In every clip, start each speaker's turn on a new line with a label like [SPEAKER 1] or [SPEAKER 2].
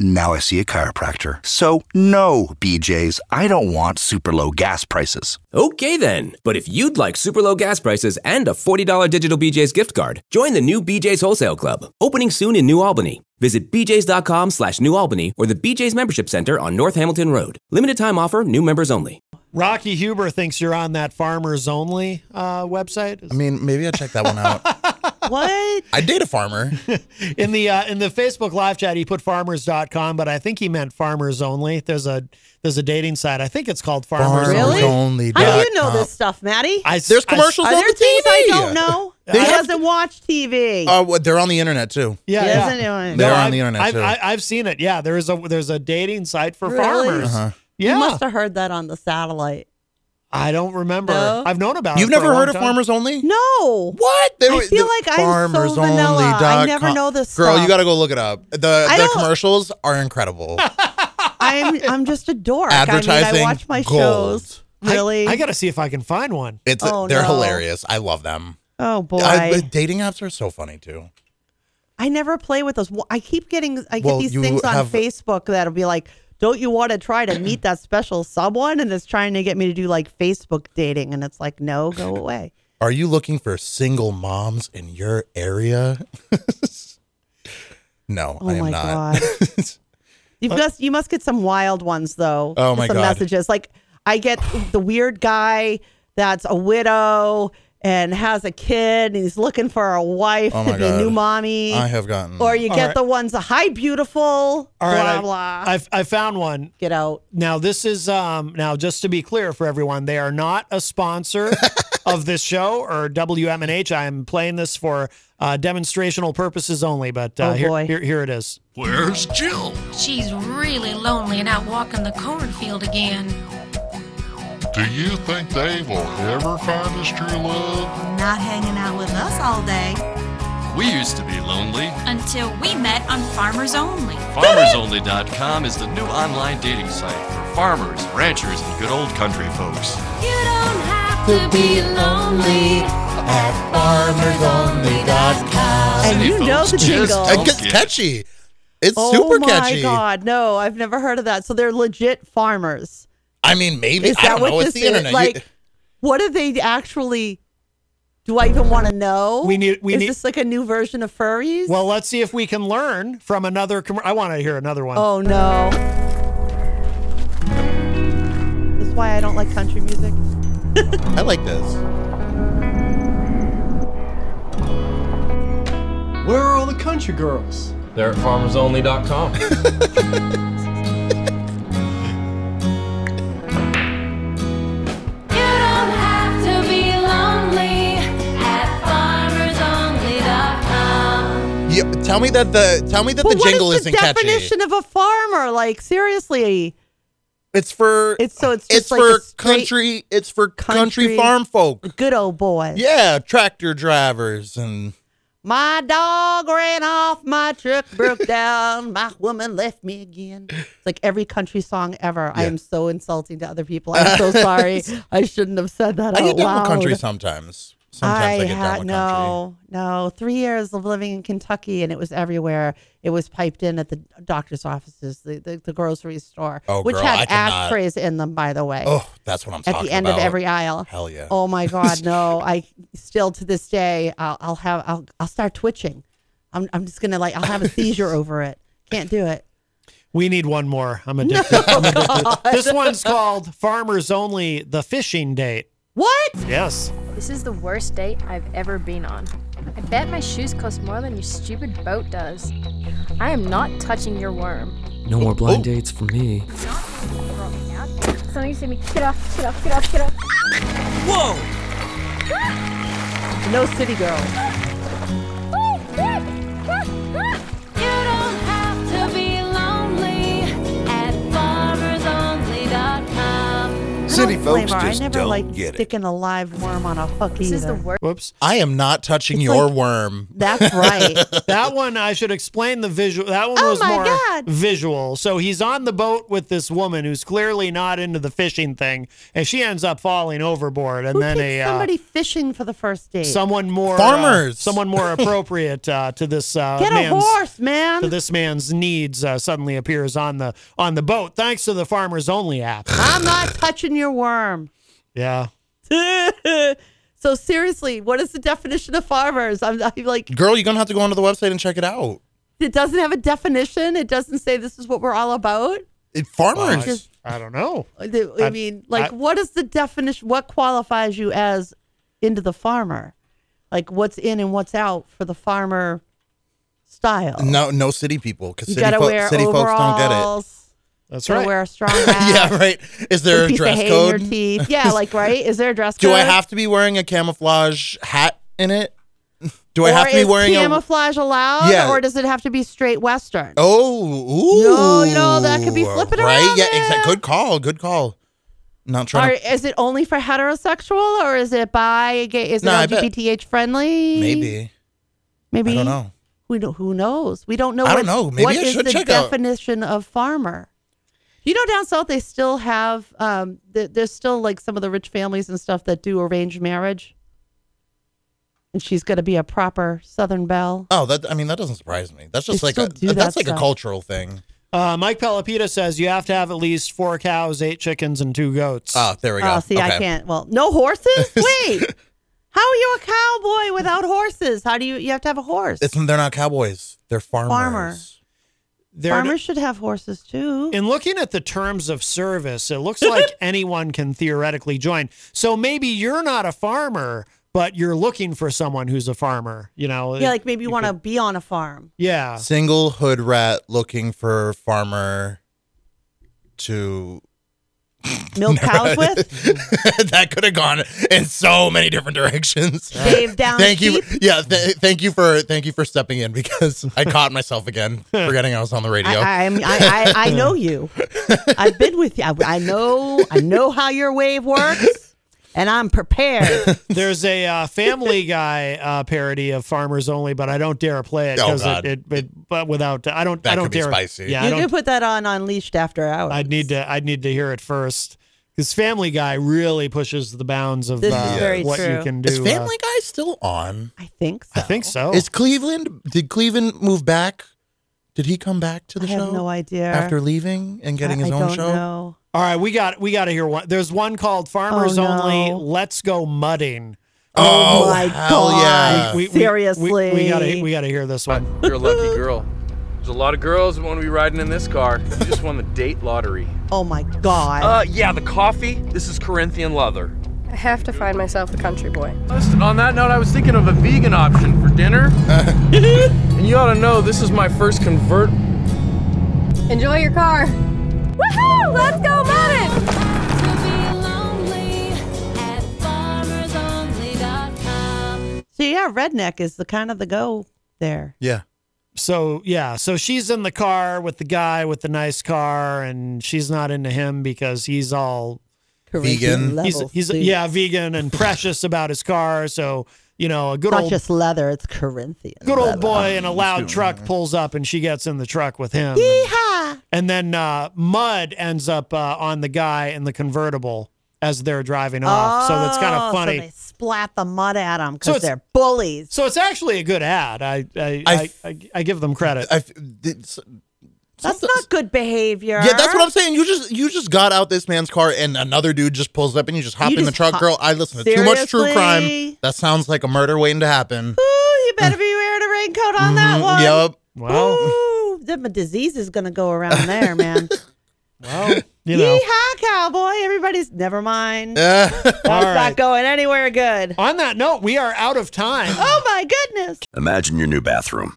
[SPEAKER 1] Now I see a chiropractor. So, no, BJ's, I don't want super low gas prices.
[SPEAKER 2] Okay then, but if you'd like super low gas prices and a $40 digital BJ's gift card, join the new BJ's Wholesale Club, opening soon in New Albany. Visit bjs.com slash New Albany or the BJ's Membership Center on North Hamilton Road. Limited time offer, new members only.
[SPEAKER 3] Rocky Huber thinks you're on that farmers only uh, website.
[SPEAKER 4] I mean, maybe I'll check that one out.
[SPEAKER 5] What?
[SPEAKER 4] I date a farmer.
[SPEAKER 3] in the uh, in the Facebook live chat, he put farmers.com, but I think he meant farmers only. There's a there's a dating site. I think it's called farmers. Only.
[SPEAKER 6] Really?
[SPEAKER 4] Farmers Only
[SPEAKER 6] How do you know
[SPEAKER 4] dot com.
[SPEAKER 6] this stuff, Maddie?
[SPEAKER 3] I,
[SPEAKER 4] There's
[SPEAKER 3] I-
[SPEAKER 4] commercials
[SPEAKER 6] Are
[SPEAKER 4] on
[SPEAKER 6] there
[SPEAKER 4] the
[SPEAKER 6] things
[SPEAKER 4] TV.
[SPEAKER 6] I don't know?
[SPEAKER 3] They
[SPEAKER 6] he
[SPEAKER 3] have
[SPEAKER 6] doesn't watch TV.
[SPEAKER 4] Uh, what- they're on the internet too.
[SPEAKER 3] Oh, yeah,
[SPEAKER 6] he
[SPEAKER 3] yeah.
[SPEAKER 6] doesn't know.
[SPEAKER 4] They're
[SPEAKER 3] No,
[SPEAKER 4] on
[SPEAKER 3] I've-
[SPEAKER 4] the internet,
[SPEAKER 3] I've,
[SPEAKER 4] too.
[SPEAKER 3] I, I've seen it. Yeah, there is a there's a dating site for
[SPEAKER 6] Really?
[SPEAKER 3] farmers.
[SPEAKER 4] Uh-huh.
[SPEAKER 3] Yeah,
[SPEAKER 6] You must have heard that on the satellite.
[SPEAKER 3] I don't remember.
[SPEAKER 6] No?
[SPEAKER 3] I've known about
[SPEAKER 4] You've
[SPEAKER 3] it. for a
[SPEAKER 4] never
[SPEAKER 3] long
[SPEAKER 4] heard of
[SPEAKER 3] time.
[SPEAKER 4] Farmers Only?
[SPEAKER 6] No.
[SPEAKER 4] What? They
[SPEAKER 6] I
[SPEAKER 4] were-
[SPEAKER 6] feel
[SPEAKER 4] the-
[SPEAKER 6] like I'm so
[SPEAKER 4] farmersonly
[SPEAKER 6] vanilla. I
[SPEAKER 4] dot
[SPEAKER 6] never
[SPEAKER 4] com.
[SPEAKER 6] know this
[SPEAKER 4] Girl,
[SPEAKER 6] stuff.
[SPEAKER 4] you got to go look it up. The
[SPEAKER 6] I
[SPEAKER 4] the
[SPEAKER 6] don't-
[SPEAKER 4] commercials are incredible.
[SPEAKER 6] I'm I'm just a dork. I
[SPEAKER 4] Advertising
[SPEAKER 6] mean, I watch my
[SPEAKER 4] gold.
[SPEAKER 6] shows.
[SPEAKER 3] I-
[SPEAKER 6] Really?
[SPEAKER 3] I, got to see if I can find one.
[SPEAKER 4] It's
[SPEAKER 6] Oh,
[SPEAKER 4] they're
[SPEAKER 6] no.
[SPEAKER 4] hilarious. I love them.
[SPEAKER 6] oh boy.
[SPEAKER 4] I-
[SPEAKER 6] I,
[SPEAKER 4] but dating apps are so funny too.
[SPEAKER 6] never play with those. Wh- I keep getting I get
[SPEAKER 4] Well,
[SPEAKER 6] these
[SPEAKER 4] you
[SPEAKER 6] things on
[SPEAKER 4] have-
[SPEAKER 6] Facebook that'll be like, "Don't you want to try to meet that special someone?" And it's trying to get me to do like Facebook dating, and it's like, "No, go away."
[SPEAKER 4] Are you looking for single moms in your area? no,
[SPEAKER 6] Oh
[SPEAKER 4] I am
[SPEAKER 6] my
[SPEAKER 4] not.
[SPEAKER 6] You've just you must get some wild ones though.
[SPEAKER 4] Oh, my
[SPEAKER 6] some
[SPEAKER 4] God.
[SPEAKER 6] messages like I get the weird guy that's a widow and has a kid and he's looking for a wife
[SPEAKER 4] Oh,
[SPEAKER 6] to
[SPEAKER 4] my
[SPEAKER 6] be a new
[SPEAKER 4] God.
[SPEAKER 6] mommy.
[SPEAKER 4] I have gotten
[SPEAKER 6] or you
[SPEAKER 3] All
[SPEAKER 6] get
[SPEAKER 3] right.
[SPEAKER 6] the ones that hi beautiful
[SPEAKER 3] All
[SPEAKER 6] blah
[SPEAKER 3] right,
[SPEAKER 6] blah.
[SPEAKER 3] I, I've- I found one.
[SPEAKER 6] get out.
[SPEAKER 3] Now this is um now just to be clear for everyone, they are not a sponsor of this show or WMNH. I am playing this for uh, demonstrational purposes only, but uh,
[SPEAKER 6] Oh,
[SPEAKER 3] here,
[SPEAKER 6] boy.
[SPEAKER 3] here here it is.
[SPEAKER 7] Where's Jill?
[SPEAKER 8] She's really lonely and out walking the cornfield again.
[SPEAKER 9] Do you think they will ever find his true love?
[SPEAKER 10] Not hanging out with us all day.
[SPEAKER 9] We used to be lonely.
[SPEAKER 8] Until we met on Farmers Only.
[SPEAKER 9] FarmersOnly.com is the new online dating site for farmers, ranchers, and good old country folks.
[SPEAKER 8] You don't have to be lonely.
[SPEAKER 4] at farmersonly.com.
[SPEAKER 6] And
[SPEAKER 9] City
[SPEAKER 6] you know
[SPEAKER 9] folks
[SPEAKER 6] the
[SPEAKER 9] just
[SPEAKER 6] jingle.
[SPEAKER 9] don't
[SPEAKER 4] It gets
[SPEAKER 9] get it.
[SPEAKER 4] catchy. It's
[SPEAKER 6] Oh
[SPEAKER 4] uh, super
[SPEAKER 6] my
[SPEAKER 4] catchy.
[SPEAKER 6] god, no, I've never heard of that. So they're legit farmers.
[SPEAKER 4] I mean, maybe
[SPEAKER 6] Is
[SPEAKER 4] I
[SPEAKER 6] that
[SPEAKER 4] don't
[SPEAKER 6] what
[SPEAKER 4] know.
[SPEAKER 6] this
[SPEAKER 4] It's the
[SPEAKER 6] is?
[SPEAKER 4] internet. You-
[SPEAKER 6] Like what do they actually do I even want to know?
[SPEAKER 3] We need- we
[SPEAKER 6] is
[SPEAKER 3] need-
[SPEAKER 6] this like a new version of furries?
[SPEAKER 3] Well, let's see if we can learn from another. Com- I want to hear another one.
[SPEAKER 6] Oh no. That's why I don't like country music.
[SPEAKER 4] I like this.
[SPEAKER 2] Where are all the country girls? They're at farmersonly.com.
[SPEAKER 8] You don't have to be lonely at farmersonly.com.
[SPEAKER 4] Yeah, tell me that the tell me that
[SPEAKER 6] But
[SPEAKER 4] the jingle
[SPEAKER 6] what is the
[SPEAKER 4] isn't catchy.
[SPEAKER 6] definition of a farmer? Like seriously,
[SPEAKER 4] It's for
[SPEAKER 6] it's so it's just
[SPEAKER 4] it's
[SPEAKER 6] like
[SPEAKER 4] for
[SPEAKER 6] a straight
[SPEAKER 4] country. It's for country,
[SPEAKER 6] country-
[SPEAKER 4] farm folk.
[SPEAKER 6] good old boy.
[SPEAKER 4] Yeah, tractor drivers and
[SPEAKER 6] My dog ran off, my truck broke down, my woman left me again. It's like every country song ever. I am so insulting to other people. I'm so sorry. I shouldn't have said that
[SPEAKER 4] I
[SPEAKER 6] out
[SPEAKER 8] Oh,
[SPEAKER 4] Oh, get down
[SPEAKER 6] loud.
[SPEAKER 4] with country sometimes. Sometimes I, get down
[SPEAKER 6] ha-
[SPEAKER 4] with country.
[SPEAKER 6] no, no. Three years of living in Kentucky, and it was everywhere. It was piped in at the doctor's offices, the the, the grocery store,
[SPEAKER 4] Oh,
[SPEAKER 6] which
[SPEAKER 4] girl, I
[SPEAKER 6] had
[SPEAKER 4] cannot-
[SPEAKER 6] ashtrays in them, by the way,
[SPEAKER 4] Oh, that's what I'm
[SPEAKER 6] at
[SPEAKER 4] talking
[SPEAKER 6] the end
[SPEAKER 4] about.
[SPEAKER 6] of every aisle.
[SPEAKER 4] Hell yeah.
[SPEAKER 6] Oh my God, no! I still to this day, I'll, I'll have, I'll, I'll start twitching. I'm, I'm just gonna like, I'll have a seizure over it. Can't do it.
[SPEAKER 3] We need one more. I'm addicted. I'm addicted. This one's called Farmers Only: The Fishing Date.
[SPEAKER 6] What?
[SPEAKER 3] Yes.
[SPEAKER 8] This is the worst date I've ever been on. I bet my shoes cost more than your stupid boat does. I am not touching your worm.
[SPEAKER 2] no more blind dates for me.
[SPEAKER 8] Not being brought out. Something said to me, get off, get off, get off, get off.
[SPEAKER 6] Whoa! No city girl.
[SPEAKER 11] You don't have to be lonely at farmersonly.com.
[SPEAKER 6] I don't blame her. I never
[SPEAKER 7] don't
[SPEAKER 6] like
[SPEAKER 7] get it.
[SPEAKER 6] sticking a live worm on a hook This is the worst.
[SPEAKER 3] Whoops.
[SPEAKER 7] I am not touching
[SPEAKER 3] It's
[SPEAKER 7] your
[SPEAKER 3] like-
[SPEAKER 7] worm.
[SPEAKER 6] That's right.
[SPEAKER 3] that one I should explain the visual. That one
[SPEAKER 6] Oh
[SPEAKER 3] was
[SPEAKER 6] my
[SPEAKER 3] more
[SPEAKER 6] God.
[SPEAKER 3] visual. So he's on the boat with this woman who's clearly not into the fishing thing, and she ends up falling overboard. And
[SPEAKER 6] Who
[SPEAKER 3] then a
[SPEAKER 6] takes
[SPEAKER 3] uh,
[SPEAKER 6] somebody fishing for the first date?
[SPEAKER 3] someone more uh,
[SPEAKER 7] Farmers.
[SPEAKER 3] someone more appropriate uh, to this uh,
[SPEAKER 6] Get a
[SPEAKER 3] man's,
[SPEAKER 6] horse, man.
[SPEAKER 3] To this man's needs uh, suddenly appears on the on the boat thanks to the Farmers Only app.
[SPEAKER 6] I'm not touching your worm.
[SPEAKER 3] yeah.
[SPEAKER 6] so seriously, what is the definition of farmers? I'm, I'm like,
[SPEAKER 7] Girl, you're going to have to go onto the website and check it out.
[SPEAKER 6] it doesn't have a definition. It doesn't say this is what we're all about.
[SPEAKER 7] It, farmers.
[SPEAKER 6] Just-
[SPEAKER 3] I don't know.
[SPEAKER 6] The- I,
[SPEAKER 3] I-
[SPEAKER 6] mean, like,
[SPEAKER 3] I-
[SPEAKER 6] what is the definition? What qualifies you as into the farmer? Like, what's in and what's out for the farmer style?
[SPEAKER 7] no, no city people. Because
[SPEAKER 6] you
[SPEAKER 7] city,
[SPEAKER 6] gotta
[SPEAKER 7] fo-
[SPEAKER 6] wear
[SPEAKER 7] city folks don't get it.
[SPEAKER 6] overalls.
[SPEAKER 3] That's
[SPEAKER 6] gotta
[SPEAKER 3] right.
[SPEAKER 6] Wear a strong hat.
[SPEAKER 7] yeah, right. Is there
[SPEAKER 6] with
[SPEAKER 7] a
[SPEAKER 6] piece of
[SPEAKER 7] dress
[SPEAKER 6] hay in
[SPEAKER 7] code?
[SPEAKER 6] your teeth. Yeah, like right. Is there a dress
[SPEAKER 7] Do
[SPEAKER 6] code?
[SPEAKER 7] I have to be wearing a camouflage hat in it? Do
[SPEAKER 6] or
[SPEAKER 7] I have to be
[SPEAKER 6] is
[SPEAKER 7] wearing a
[SPEAKER 6] camouflage allowed?
[SPEAKER 7] Yeah.
[SPEAKER 6] Or does it have to be straight western?
[SPEAKER 7] Oh, ooh.
[SPEAKER 6] No, you know, that could be flipping
[SPEAKER 7] right?
[SPEAKER 6] around,
[SPEAKER 7] Yeah, exact. Good call. Good call. Not
[SPEAKER 6] Or
[SPEAKER 7] trying to.
[SPEAKER 6] is it only for heterosexual, or is it bi? Gay? Is it
[SPEAKER 7] Nah, I bet-
[SPEAKER 6] LGBTH friendly?
[SPEAKER 7] Maybe.
[SPEAKER 6] Maybe.
[SPEAKER 7] I don't know.
[SPEAKER 6] We don't, who knows? We don't know.
[SPEAKER 7] I
[SPEAKER 6] what-
[SPEAKER 7] don't know. Maybe
[SPEAKER 6] what
[SPEAKER 7] I
[SPEAKER 6] is
[SPEAKER 7] should
[SPEAKER 6] the
[SPEAKER 7] check out.
[SPEAKER 6] definition of farmer? You know, down south they still have. Um, th- there's still like some of the rich families and stuff that do arranged marriage. And she's going to be a proper Southern belle.
[SPEAKER 7] Oh, that. I mean, that doesn't surprise me. That's just
[SPEAKER 6] They
[SPEAKER 7] like a,
[SPEAKER 6] still do
[SPEAKER 7] that's
[SPEAKER 6] that
[SPEAKER 7] like a
[SPEAKER 6] stuff.
[SPEAKER 7] cultural thing.
[SPEAKER 3] Uh, Mike Pelopita says you have to have at least four cows, eight chickens, and two goats.
[SPEAKER 7] Oh, there we go.
[SPEAKER 6] Oh, see, I
[SPEAKER 7] Okay.
[SPEAKER 6] can't. Well, no horses. Wait, how are you a cowboy without horses? How do you? You have to have a horse.
[SPEAKER 7] It's, they're not cowboys. They're farmers.
[SPEAKER 6] Farmer.
[SPEAKER 3] They're-
[SPEAKER 6] Farmers should have horses too.
[SPEAKER 3] In looking at the terms of service, it looks like anyone can theoretically join. So maybe you're not a farmer, but you're looking for someone who's a farmer. You know,
[SPEAKER 6] yeah, like maybe you, want to be on a farm.
[SPEAKER 3] yeah.
[SPEAKER 7] Single hood rat looking for farmer to
[SPEAKER 6] Milk cows with,
[SPEAKER 7] that could have gone in so many different directions.
[SPEAKER 6] shave down.
[SPEAKER 7] thank you.
[SPEAKER 6] sheep.
[SPEAKER 7] Yeah, th- thank you for thank you for stepping in because I caught myself again, forgetting I was on the radio.
[SPEAKER 6] I, I'm- I, I, I know you. I've been with you. I, I know. I know how your wave works, and I'm prepared.
[SPEAKER 3] There's a uh, Family Guy uh, parody of Farmers Only, but I don't dare play it
[SPEAKER 7] Oh,
[SPEAKER 3] because
[SPEAKER 7] God.
[SPEAKER 3] it, it, it. But without, I don't.
[SPEAKER 7] That
[SPEAKER 3] I don't
[SPEAKER 7] could be
[SPEAKER 3] dare.
[SPEAKER 7] spicy.
[SPEAKER 3] Yeah, I
[SPEAKER 6] you
[SPEAKER 3] don't
[SPEAKER 6] can put that on Unleashed after hours.
[SPEAKER 3] I'd need to I'd need to hear it first because Family Guy really pushes the bounds of
[SPEAKER 6] This is
[SPEAKER 3] uh,
[SPEAKER 6] very
[SPEAKER 3] what you
[SPEAKER 6] true.
[SPEAKER 3] can do.
[SPEAKER 7] Is
[SPEAKER 3] uh,
[SPEAKER 7] Family Guy still on?
[SPEAKER 6] I think so.
[SPEAKER 3] I think so.
[SPEAKER 7] Is Cleveland? Did Cleveland move back? Did he come back to the
[SPEAKER 6] I
[SPEAKER 7] show?
[SPEAKER 6] have no idea.
[SPEAKER 7] After leaving and getting
[SPEAKER 6] I,
[SPEAKER 7] his
[SPEAKER 6] I
[SPEAKER 7] own
[SPEAKER 6] don't
[SPEAKER 7] show.
[SPEAKER 6] know.
[SPEAKER 3] All right, we got we got to hear one. There's one called Farmers
[SPEAKER 6] Oh,
[SPEAKER 3] Only.
[SPEAKER 6] no.
[SPEAKER 3] Let's go mudding.
[SPEAKER 7] Oh,
[SPEAKER 6] my
[SPEAKER 7] hell
[SPEAKER 6] God.
[SPEAKER 7] yeah!
[SPEAKER 3] We- we-
[SPEAKER 6] Uh, Seriously.
[SPEAKER 3] we, we, gotta we gotta hear this one.
[SPEAKER 12] You're a lucky girl. There's a lot of girls that want to be riding in this car. You just won the date lottery.
[SPEAKER 6] Oh my god.
[SPEAKER 12] Uh, yeah, the coffee. This is Corinthian leather.
[SPEAKER 8] I have to find myself a country boy.
[SPEAKER 12] Listen, on that note, I was thinking of a vegan option for dinner. and you ought to know this is my first convert.
[SPEAKER 8] Enjoy your car. Woohoo! Let's go mudding!
[SPEAKER 6] so yeah, redneck is the kind of the go there.
[SPEAKER 7] Yeah,
[SPEAKER 3] So yeah, so she's in the car with the guy with the nice car, and she's not into him because he's all
[SPEAKER 7] Vegan.
[SPEAKER 6] Level
[SPEAKER 3] he's he's
[SPEAKER 6] suit.
[SPEAKER 3] yeah vegan and precious about his car. So you know a good
[SPEAKER 6] It's not
[SPEAKER 3] old
[SPEAKER 6] just leather, it's Corinthian.
[SPEAKER 3] good
[SPEAKER 6] leather.
[SPEAKER 3] old boy in a loud truck pulls up, and she gets in the truck with him.
[SPEAKER 6] Yeehaw!
[SPEAKER 3] And then uh, Mud ends up uh, on the guy in the convertible as they're driving off. so that's kind
[SPEAKER 6] Oh,
[SPEAKER 3] of funny.
[SPEAKER 6] So they splat the mud at them
[SPEAKER 3] So
[SPEAKER 6] because
[SPEAKER 3] it's-
[SPEAKER 6] they're bullies.
[SPEAKER 3] so it's actually a good ad. I I,
[SPEAKER 7] I
[SPEAKER 3] I,
[SPEAKER 7] f-
[SPEAKER 3] I, I, give them credit.
[SPEAKER 7] I, it's,
[SPEAKER 6] That's not good behavior.
[SPEAKER 7] yeah, that's what I'm saying. You just you just got out this man's car, and another dude just pulls up, and you just hop
[SPEAKER 6] You
[SPEAKER 7] in the
[SPEAKER 6] just
[SPEAKER 7] truck,
[SPEAKER 6] hop-
[SPEAKER 7] girl. I listen to too much true crime.
[SPEAKER 6] Seriously?
[SPEAKER 7] That sounds like a murder waiting to happen.
[SPEAKER 6] Ooh, you better be wearing a raincoat on that
[SPEAKER 7] Mhm,
[SPEAKER 6] one.
[SPEAKER 7] Yep.
[SPEAKER 3] Mm-hmm. well,
[SPEAKER 6] Ooh, the disease is gonna go around there, man.
[SPEAKER 3] well, you know.
[SPEAKER 6] Yeehaw, cowboy! Everybody's never mind.
[SPEAKER 7] Uh,
[SPEAKER 6] That's
[SPEAKER 3] all
[SPEAKER 6] not
[SPEAKER 3] right.
[SPEAKER 6] going anywhere good.
[SPEAKER 3] On that note, we are out of time.
[SPEAKER 6] Oh my goodness!
[SPEAKER 13] Imagine your new bathroom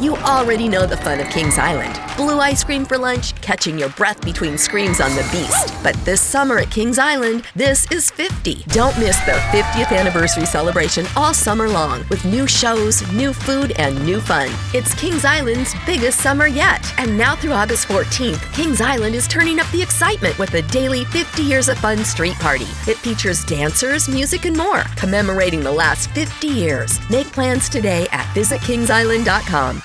[SPEAKER 4] You already know the fun of Kings Island. Blue ice cream for lunch, catching your breath between screams on the beast. But this summer at Kings Island, this is 50. Don't miss the 50th anniversary celebration all summer long with new shows, new food, and new fun. It's Kings Island's biggest summer yet. And now through August 14th, Kings Island is turning up the excitement with a daily 50 Years of Fun street party. It features dancers, music, and more, commemorating the last 50 years. Make plans today at visitkingsisland.com.